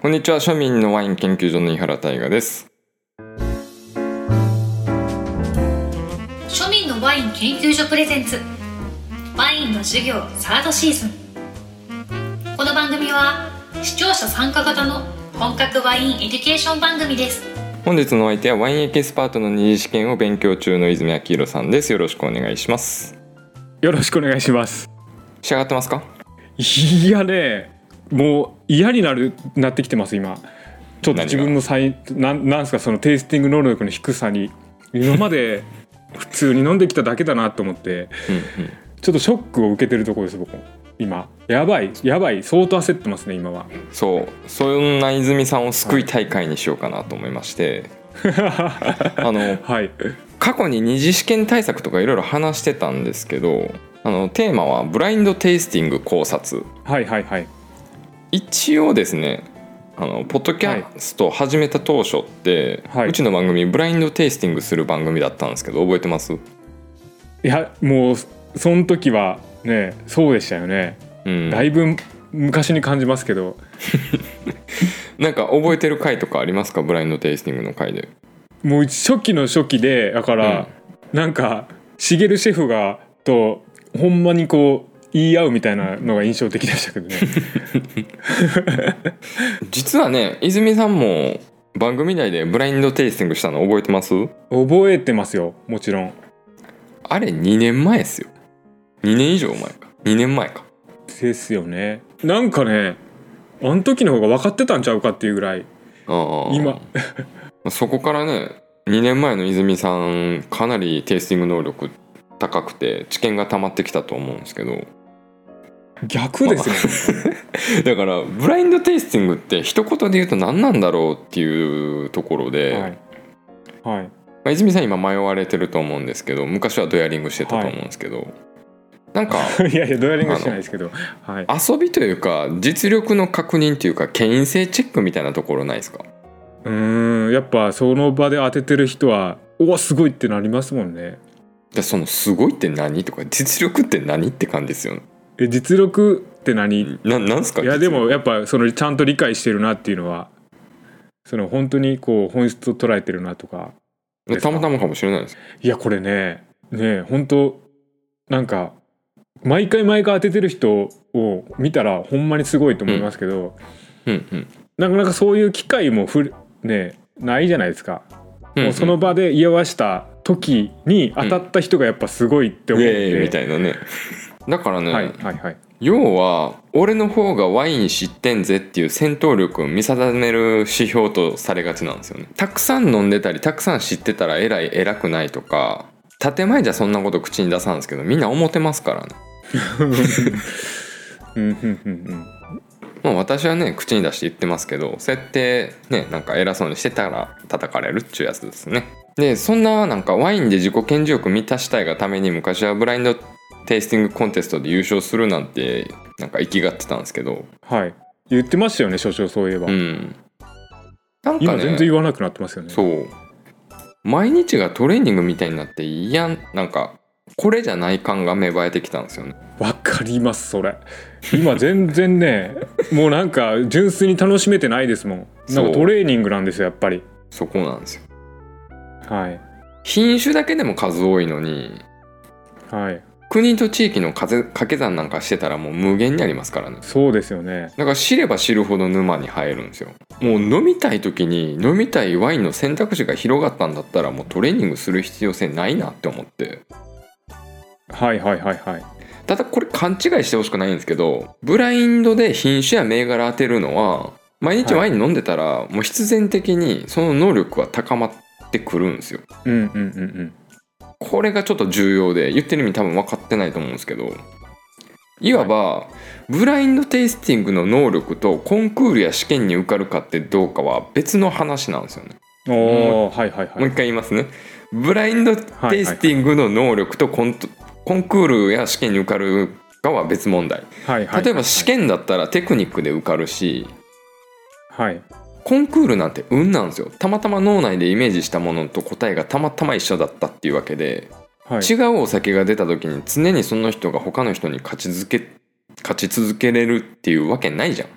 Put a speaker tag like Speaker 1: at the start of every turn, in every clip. Speaker 1: こんにちは庶民のワイン研究所の井原大我です
Speaker 2: 庶民のワイン研究所プレゼンツワインの授業サードシーズンこの番組は視聴者参加型の本格ワインエデュケーション番組です
Speaker 1: 本日のお相手はワインエキスパートの二次試験を勉強中の泉明宏さんですよろしくお願いします
Speaker 3: よろしくお願いします
Speaker 1: 仕上がってますか
Speaker 3: いやねもう嫌になるなってきてます今ちょっと自分の才なんなんすかそのテイスティング能力の低さに今まで普通に飲んできただけだなと思って
Speaker 1: うん
Speaker 3: ちょっとショックを受けてるところです僕今やばいやばい相当焦ってますね今は
Speaker 1: うんそうそんな泉さんを救い大会にしようかなと思いま して、あの
Speaker 3: はい
Speaker 1: 過去に二次試験対策とかいろいろ話してたんですけどあのテーマはブラインドテイスティング考察
Speaker 3: はいはいはい
Speaker 1: 一応ですねあのポッドキャストを始めた当初って、
Speaker 3: はいう
Speaker 1: ちの番組ブラインドテイスティングする番組だったんですけど覚えてます
Speaker 3: いやもうその時はねそうでしたよね
Speaker 1: うん、
Speaker 3: だいぶ昔に感じますけど
Speaker 1: なんか覚えてる回とかありますかブラインドテイスティングの回で
Speaker 3: もう初期の初期でだから、なんかしげるシェフがとほんまにこう言い合うみたいなのが印象的でしたけどね
Speaker 1: 実はね泉さんも番組内でブラインドテイスティングしたの覚えてます
Speaker 3: 覚えてますよもちろん
Speaker 1: あれ2年前ですよ2年以上前か2年前か
Speaker 3: ですよねなんかねあの時の方が分かってたんちゃうかっていうぐらい
Speaker 1: ああ
Speaker 3: 今
Speaker 1: そこからね2年前の泉さんかなりテイスティング能力高くて知見が溜まってきたと思うんですけど
Speaker 3: 逆ですよね、
Speaker 1: だからブラインドテイスティングって一言で言うと何なんだろうっていうところ で、
Speaker 3: はい、 はい、
Speaker 1: まあ、泉さん今迷われてると思うんですけど昔はドヤリングしてたと思うんですけど、なんか
Speaker 3: いやいやドヤリングはしてないですけどはい
Speaker 1: 遊びというか実力の確認というか権威性チェックみたいなところないですか
Speaker 3: うーんやっぱその場で当ててる人はおわすごいってなりますもんね
Speaker 1: でその「すごいって何?」とか「実力って何?」って感じですよね。
Speaker 3: え実力って何、
Speaker 1: ななんすか
Speaker 3: いや
Speaker 1: 実
Speaker 3: で
Speaker 1: 力
Speaker 3: もやっぱそのちゃんと理解してるなっていうのはその本当にこう本質を捉えてるなとか
Speaker 1: でたまたまかもしれないです
Speaker 3: いやこれねねえ本当なんか毎回毎回当ててる人を見たらほんまにすごいと思いますけど、
Speaker 1: うんうん
Speaker 3: なかなかそういう機会もふるねえないじゃないですか、
Speaker 1: うんう
Speaker 3: もうんその場で居合わせた時に当たった人がやっぱすごいって
Speaker 1: イ
Speaker 3: 思って、
Speaker 1: エーイみたいな ねだからね、
Speaker 3: はいはいはい
Speaker 1: 要は俺の方がワイン知ってんぜっていう戦闘力を見定める指標とされがちなんですよねたくさん飲んでたりたくさん知ってたら偉い偉くないとか建前じゃそんなこと口に出さんですけどみんな思ってますからね、
Speaker 3: うんうんうんうん
Speaker 1: まあ、私はね口に出して言ってますけどそうやってねなんか偉そうにしてたら叩かれるっちゅうやつですねでそんななんかワインで自己顕示欲満たしたいがために昔はブラインドテイスティングコンテストで優勝するなんてなんか意きがってたんですけど
Speaker 3: はい言ってましたよね所長そういえば、
Speaker 1: うんなんかね
Speaker 3: 今全然言わなくなってますよね
Speaker 1: そう毎日がトレーニングみたいになっていやなんかこれじゃない感が芽生えてきたんですよね
Speaker 3: わかりますそれ今全然ね もうなんか純粋に楽しめてないですもんなん
Speaker 1: そ
Speaker 3: か
Speaker 1: う
Speaker 3: トレーニングなんですよやっぱり
Speaker 1: そこなんですよ
Speaker 3: はい
Speaker 1: 品種だけでも数多いのに
Speaker 3: はい
Speaker 1: 国と地域のかぜ掛け算なんかしてたらもう無限にありますからね
Speaker 3: そうですよね
Speaker 1: だから知れば知るほど沼に入るんですよもう飲みたい時に飲みたいワインの選択肢が広がったんだったらもうトレーニングする必要性ないなって思って
Speaker 3: はいはいはいはい
Speaker 1: ただこれ勘違いしてほしくないんですけどブラインドで品種や銘柄当てるのは毎日ワイン飲んでたら、もう必然的にその能力は高まってくるんですよ
Speaker 3: うんうんうん
Speaker 1: これがちょっと重要で言ってる意味多分分かってないと思うんですけどいわば、ブラインドテイスティングの能力とコンクールや試験に受かるかってどうかは別の話なんですよね
Speaker 3: うんおおはいはい
Speaker 1: も
Speaker 3: は
Speaker 1: う一
Speaker 3: い
Speaker 1: 回言いますねブラインドテイスティングの能力とコントコンクールや試験に受かるかは別問題
Speaker 3: はいはい
Speaker 1: 例えば試験だったらテクニックで受かるし
Speaker 3: はい
Speaker 1: コンクールなんて運なんですよたまたま脳内でイメージしたものと答えがたまたま一緒だったっていうわけで、
Speaker 3: はい
Speaker 1: 違うお酒が出た時に常にその人が他の人に勝ち続け勝ち続けれるっていうわけないじゃん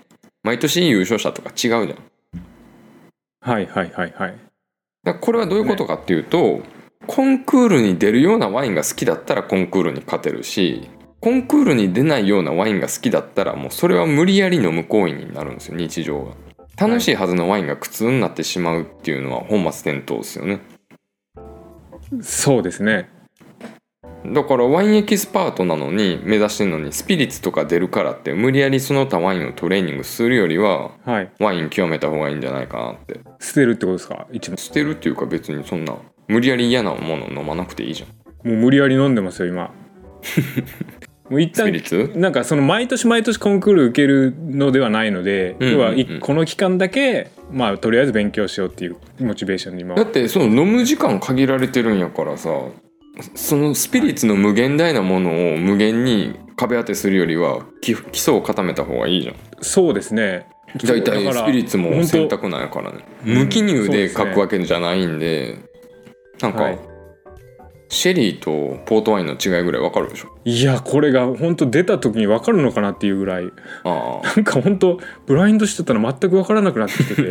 Speaker 1: 毎年優勝者とか違うじゃんだか
Speaker 3: はいはいはいはい
Speaker 1: らこれはどういうことかっていうと、コンクールに出るようなワインが好きだったらコンクールに勝てるしコンクールに出ないようなワインが好きだったらもうそれは無理やり飲む行為になるんですよ日常が楽しいはずのワインが苦痛になってしまうっていうのは本末転倒ですよね
Speaker 3: そうですね
Speaker 1: だからワインエキスパートなのに目指してるのにスピリッツとか出るからって無理やりその他ワインをトレーニングするよりは
Speaker 3: はい
Speaker 1: ワイン極めた方がいいんじゃないかなって
Speaker 3: 捨てるってことですか一番
Speaker 1: 捨てるっていうか別にそんな無理やり嫌なもの飲まなくていいじゃん
Speaker 3: もう無理やり飲んでますよ 今もう一
Speaker 1: ス
Speaker 3: 旦
Speaker 1: ピリッツ
Speaker 3: なんかその毎年毎年コンクール受けるのではないので、
Speaker 1: うんうんうん
Speaker 3: 要はいこの期間だけ、まあ、とりあえず勉強しようっていうモチベーションに今
Speaker 1: だってその飲む時間限られてるんやからさそのスピリッツの無限大なものを無限に壁当てするよりは基基礎を固めた方がいいじゃん
Speaker 3: そうですね
Speaker 1: 大体
Speaker 3: だか
Speaker 1: ス
Speaker 3: ら
Speaker 1: ピリッツも
Speaker 3: 本当
Speaker 1: 選択なんやからね
Speaker 3: うん
Speaker 1: 無記入
Speaker 3: そうで
Speaker 1: です
Speaker 3: ね
Speaker 1: 書くわけじゃないんでなんか、
Speaker 3: はい
Speaker 1: シェリーとポートワインの違いぐらいわかるでしょ
Speaker 3: いやこれが本当出た時に分かるのかなっていうぐらい
Speaker 1: ああ
Speaker 3: なんか本当ブラインドしてたら全く分からなくなってき てて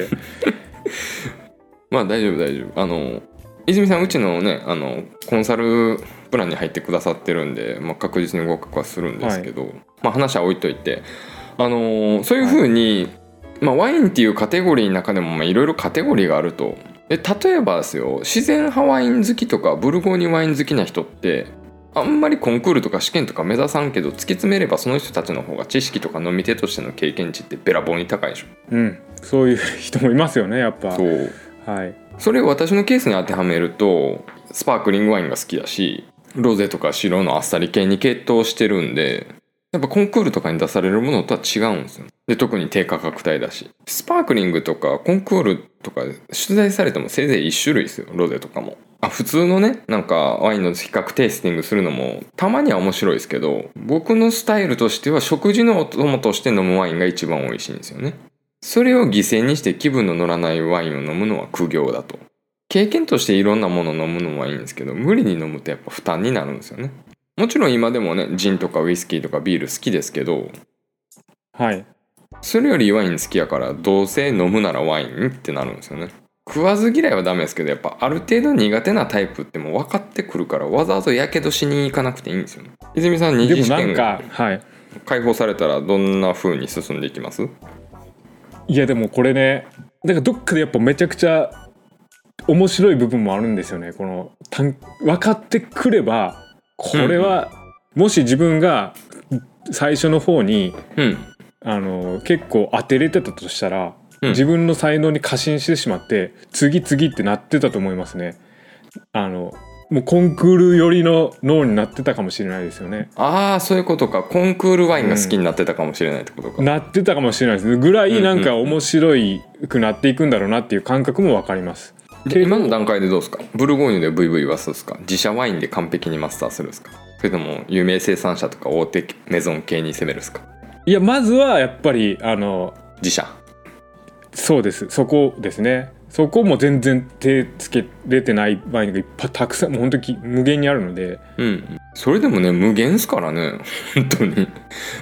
Speaker 1: まあ大丈夫大丈夫あの泉さんうちのねあのコンサルプランに入ってくださってるんで、まあ、確実に合格はするんですけど、まあ話は置いといてあのーそういうふうに、まあ、ワインっていうカテゴリーの中でもまあいろいろカテゴリーがあるとで例えばですよ自然派ワイン好きとかブルゴーニュワイン好きな人ってあんまりコンクールとか試験とか目指さんけど突き詰めればその人たちの方が知識とか飲み手としての経験値ってべらぼうに高いでしょ。
Speaker 3: うんそういう人もいますよねやっぱ
Speaker 1: そう
Speaker 3: はい
Speaker 1: それを私のケースに当てはめるとスパークリングワインが好きだしロゼとか白のあっさり系に系統してるんでやっぱコンクールとかに出されるものとは違うんですよで特に低価格帯だしスパークリングとかコンクールとか出題されてもせいぜい1種類ですよロゼとかもあ普通のねなんかワインの比較テイスティングするのもたまには面白いですけど僕のスタイルとしては食事のお供として飲むワインが一番美味しいんですよねそれを犠牲にして気分の乗らないワインを飲むのは苦行だと経験としていろんなものを飲むのはいいんですけど無理に飲むとやっぱ負担になるんですよねもちろん今でもねジンとかウイスキーとかビール好きですけど
Speaker 3: はい
Speaker 1: それよりワイン好きやからどうせ飲むならワインってなるんですよね食わず嫌いはダメですけどやっぱある程度苦手なタイプってもう分かってくるからわざわざやけどしに行かなくていいんですよね泉さん二
Speaker 3: で
Speaker 1: 次
Speaker 3: も
Speaker 1: 試
Speaker 3: なん
Speaker 1: 験
Speaker 3: かはい
Speaker 1: 解放されたらどんな風に進んでいきます
Speaker 3: いやでもこれねなんかどっかでやっぱめちゃくちゃ面白い部分もあるんですよねこの単分かってくればこれは、もし自分が最初の方に
Speaker 1: うん
Speaker 3: あの結構当てれてたとしたら、
Speaker 1: うん
Speaker 3: 自分の才能に過信してしまって次々ってなってたと思いますねあのもうコンクール寄りの脳になってたかもしれないですよね
Speaker 1: ああそういうことかコンクールワインが好きになってたかもしれないってことか、
Speaker 3: なってたかもしれないですぐらいなんか面白いくなっていくんだろうなっていう感覚も分かります
Speaker 1: で今の段階でどうですかブルゴーニュで VV はそうですか自社ワインで完璧にマスターするんですかそれとも有名生産者とか大手メゾン系に攻めるんですか
Speaker 3: いやまずはやっぱりあの
Speaker 1: 自社
Speaker 3: そうですそこですねそこも全然手つけれてないワインがいっぱいたくさんもう本当に無限にあるので
Speaker 1: うんそれでもね無限っすからね 本当に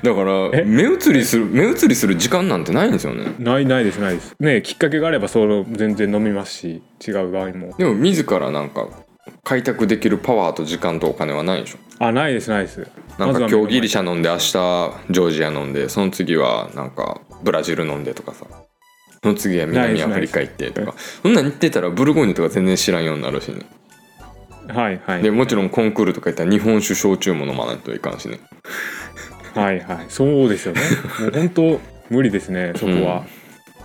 Speaker 1: だから
Speaker 3: え
Speaker 1: 目移りする目移りする時間なんてないんですよね
Speaker 3: ないないですないですねきっかけがあればそれを全然飲みますし違うワインも
Speaker 1: でも自らなんか開拓できるパワーと時間とお金はないでしょ
Speaker 3: あないですないです
Speaker 1: なん
Speaker 3: まず
Speaker 1: か
Speaker 3: は
Speaker 1: 今日ギリシャ飲んで明日ジョージア飲んでその次はなんかブラジル飲んでとかさその次は南アフリカ行ってとかそんなん言ってたらブルゴーニュとか全然知らんようになるしね
Speaker 3: はいはい
Speaker 1: でもちろんコンクールとか行ったら日本酒焼酎も飲まないといかんしね
Speaker 3: はいはいそうですよねもう本当無理ですねそこは、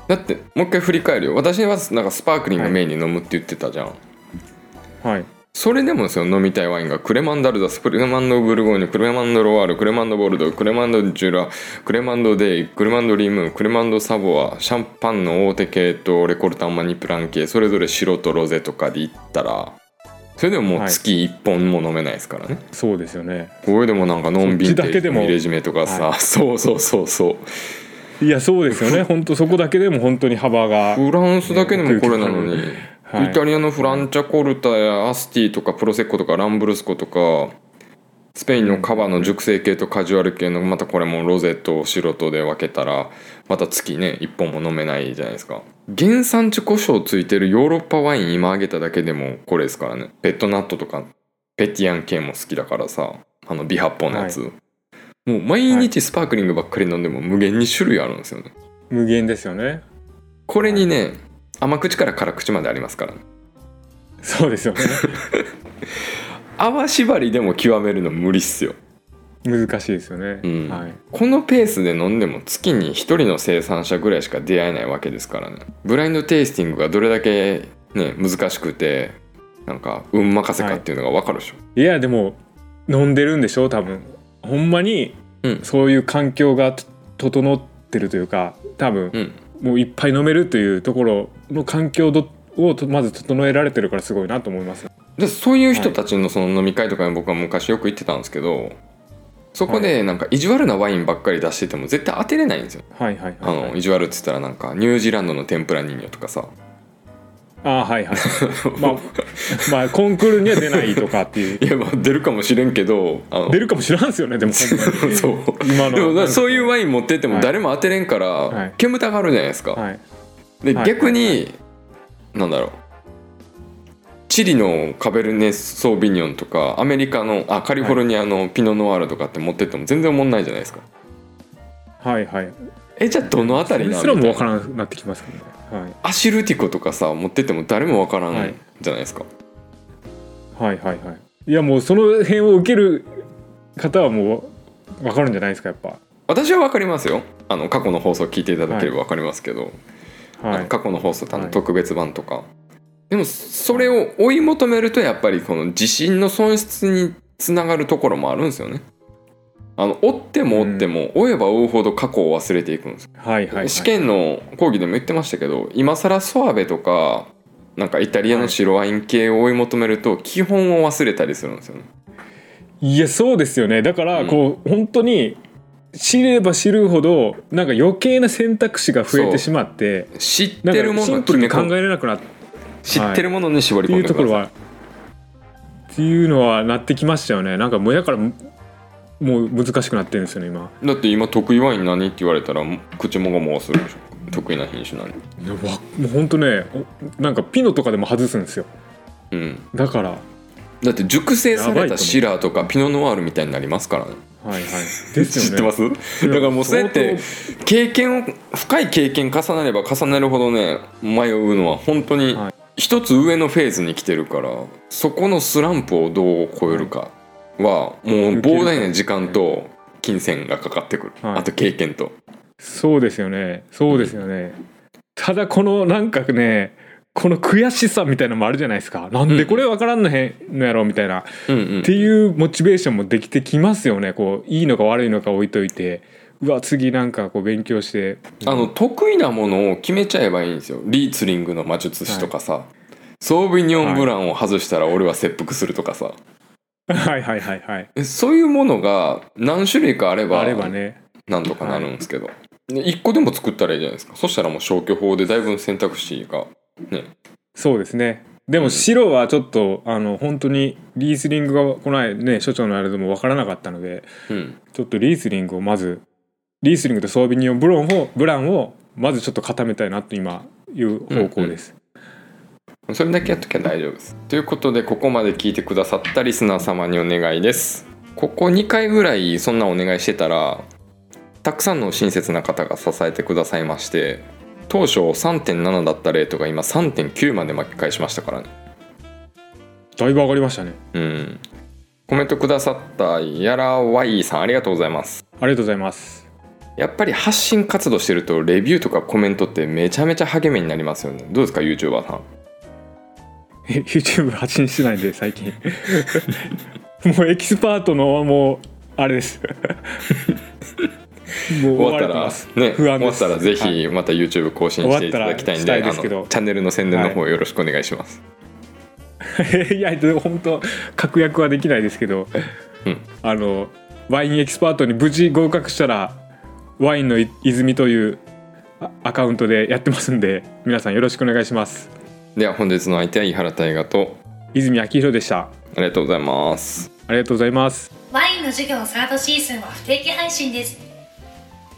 Speaker 1: だってもう一回振り返るよ私はなんかスパークリングメインに飲むって言ってたじゃん、
Speaker 3: はい
Speaker 1: それでもですよ飲みたいワインがクレマンダルダスプレマンドブルゴーニュクレマンドロワールクレマンドボルドークレマンドジュラクレマンドデイクレマンドリムークレマンドサボアシャンパンの大手系とレコルタンマニプラン系それぞれ白とロゼとかでいったらそれでももう月1本も飲めないですからね、
Speaker 3: そうですよね
Speaker 1: これでもなんかのんびり
Speaker 3: そっちだけでも
Speaker 1: 入れ締めとかさ、そうそうそうそう
Speaker 3: いやそうですよね本当そこだけでも本当に幅が
Speaker 1: フランスだけでもこれなのに、
Speaker 3: はい
Speaker 1: イタリアのフランチャコルタやアスティとかプロセッコとかランブルスコとかスペインのカバーの熟成系とカジュアル系のまたこれもロゼと白とで分けたらまた月ね1本も飲めないじゃないですか原産地胡椒ついてるヨーロッパワイン今あげただけでもこれですからねペットナットとかペティアン系も好きだからさあの微発泡のやつ、もう毎日スパークリングばっかり飲んでも無限に種類あるんですよね
Speaker 3: 無限ですよね
Speaker 1: これにね甘口から辛口までありますからね
Speaker 3: そうですよ ね
Speaker 1: 泡縛りでも極めるの無理っすよ
Speaker 3: 難しいですよね、
Speaker 1: うん
Speaker 3: はい、
Speaker 1: このペースで飲んでも月に1人の生産者ぐらいしか出会えないわけですからねブラインドテイスティングがどれだけね難しくてなんか運任せかっていうのが分かるでしょ、
Speaker 3: いやでも飲んでるんでしょ多分ほんまに
Speaker 1: うん
Speaker 3: そういう環境がと整ってるというか多分
Speaker 1: うん
Speaker 3: もういっぱい飲めるというところの環境どをとまず整えられてるからすごいなと思います
Speaker 1: でそういう人たちのその飲み会とかに僕は昔よく行ってたんですけどそこでなんか意地悪なワインばっかり出してても絶対当てれないんですよ、
Speaker 3: はいはい
Speaker 1: あ
Speaker 3: はい、は
Speaker 1: の
Speaker 3: い、
Speaker 1: 意地悪って言ったらなんかニュージーランドの天ぷら人形とかさ
Speaker 3: ああはいはい まあまあコンクールには出ないとかっていう
Speaker 1: いやまあ出るかもしれんけどあの
Speaker 3: 出るかもしれないですよねでもほんまに
Speaker 1: そう
Speaker 3: 今の
Speaker 1: でもだからそういうワイン持ってっても
Speaker 3: はい
Speaker 1: 誰も当てれんから、
Speaker 3: はい
Speaker 1: 煙たがるじゃないですか、
Speaker 3: はい
Speaker 1: で
Speaker 3: はい
Speaker 1: 逆に、なんだろうチリのカベルネ・ソービニョンとかアメリカのあカリフォルニアのピノ・ノワールとかって持ってっても全然おもんないじゃないですか、
Speaker 3: はいはい
Speaker 1: えじゃあどのあた
Speaker 3: そ
Speaker 1: り
Speaker 3: れ
Speaker 1: な
Speaker 3: すら
Speaker 1: み
Speaker 3: も
Speaker 1: たい
Speaker 3: わ
Speaker 1: な
Speaker 3: からなくなってきますからね、
Speaker 1: アシルティコとかさ持ってっても誰もわから
Speaker 3: は
Speaker 1: ん
Speaker 3: い
Speaker 1: じゃないですか、
Speaker 3: はい、はいはいはいいやもうその辺を受ける方はもうわかるんじゃないですかやっぱ
Speaker 1: 私はわかりますよあの過去の放送聞いていただければわかりますけど、あ
Speaker 3: は
Speaker 1: の
Speaker 3: い
Speaker 1: 過去の放送ってあの
Speaker 3: はい
Speaker 1: 特別版とか、でもそれを追い求めるとやっぱりこの自信の損失につながるところもあるんですよねあの追っても追っても、追えば追うほど過去を忘れていくんですよ、
Speaker 3: はいはいはい
Speaker 1: 試験の講義でも言ってましたけど今更ソアベとかなんかイタリアの白ワイン系を追い求めると基本を忘れたりするんですよね
Speaker 3: いやそうですよねだから
Speaker 1: うん
Speaker 3: こう、本当に知れば知るほどなんか余計な選択肢が増えてしまって
Speaker 1: 知っ
Speaker 3: な
Speaker 1: てる
Speaker 3: んか
Speaker 1: も
Speaker 3: シ
Speaker 1: の
Speaker 3: ン
Speaker 1: に決
Speaker 3: プル
Speaker 1: め
Speaker 3: に考
Speaker 1: 込
Speaker 3: え
Speaker 1: む
Speaker 3: れなくなっ
Speaker 1: 知ってるものに絞り
Speaker 3: てい
Speaker 1: 込ん
Speaker 3: う
Speaker 1: で
Speaker 3: と
Speaker 1: く
Speaker 3: こ
Speaker 1: だ
Speaker 3: ろ
Speaker 1: さい
Speaker 3: はっていうのはなってきましたよねなんかもうやからもう難しくなってるんですよね今
Speaker 1: だって今得意ワイン何って言われたら口もごもごするでしょ得意な品種何
Speaker 3: いやわもうほんとねおなんかピノとかでも外すんですよ
Speaker 1: うん
Speaker 3: だからは
Speaker 1: だって熟成さ
Speaker 3: やば
Speaker 1: れ
Speaker 3: いと
Speaker 1: た
Speaker 3: 思う
Speaker 1: シラーとかピノノワールみたいになりますからね
Speaker 3: いはいですよね
Speaker 1: 知ってます
Speaker 3: いや
Speaker 1: だからもうそうやって経験を深い経験重なれば重なるほどね迷うのは本当に
Speaker 3: はい
Speaker 1: 一つ上のフェーズに来てるからそこのスランプをどう超えるかはもう膨大な時間と金銭がかかってくる
Speaker 3: はい
Speaker 1: あと経験と
Speaker 3: そうですよねそうですよね、ただこのなんかねこの悔しさみたいなのもあるじゃないですかなんでこれ分からんのへんのやろみたいな、っ
Speaker 1: うんうん
Speaker 3: ていうモチベーションもできてきますよねこういいのか悪いのか置いといてうわ次なんかこう勉強して
Speaker 1: あの得意なものを決めちゃえばいいんですよリーツリングの魔術師とかさ、ソービニョンブランを外したら俺は切腹するとかさ、
Speaker 3: はいはいはいはい
Speaker 1: えそういうものが何種類かあれば
Speaker 3: あればね
Speaker 1: なんとかなるんですけど、で一個でも作ったらいいじゃないですかそしたらもう消去法でだいぶ選択肢が
Speaker 3: そうですねでも白はちょっとあの本当にリースリングがこないね所長のあれでも分からなかったので
Speaker 1: うん
Speaker 3: ちょっとリースリングをまずリースリングとソービニオンブロンをブランをまずちょっと固めたいなと今いう方向です。
Speaker 1: それだけやっときゃ大丈夫ですということでここまで聞いてくださったリスナー様にお願いですここ2回ぐらいそんなお願いしてたらたくさんの親切な方が支えてくださいまして当初3.7だったレートが今3.9まで巻き返しましたからね
Speaker 3: だいぶ上がりましたね。
Speaker 1: うんコメントくださったやらわいさんありがとうございます
Speaker 3: ありがとうございます。
Speaker 1: やっぱり発信活動してるとレビューとかコメントってめちゃめちゃ励みになりますよねどうですか YouTuber さん
Speaker 3: え YouTube 発信してないんで 最近もうエキスパートのもうあ れです。も
Speaker 1: 終
Speaker 3: う終わ
Speaker 1: わった
Speaker 3: れ
Speaker 1: ら
Speaker 3: てます。
Speaker 1: ね終
Speaker 3: 不安
Speaker 1: わ
Speaker 3: で
Speaker 1: っ
Speaker 3: す
Speaker 1: たらぜ
Speaker 3: はい
Speaker 1: ひまた YouTube 更新していただきたいんで,、
Speaker 3: 終わったらしたいですけど
Speaker 1: あのチャンネルの宣伝の方よろしくお願いします、
Speaker 3: いやでも本当確約はできないですけど、
Speaker 1: うん
Speaker 3: あのワインエキスパートに無事合格したらワインのい泉というあアカウントでやってますんで皆さんよろしくお願いします
Speaker 1: では本日の相手は井原大河と
Speaker 3: 泉明宏でした
Speaker 1: ありがとうございます
Speaker 3: ありがとうございます
Speaker 2: ワワインの授業サードシーズンは不定期配信です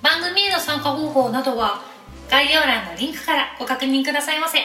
Speaker 2: 番組への参加方法などは概要欄のリンクからご確認くださいませ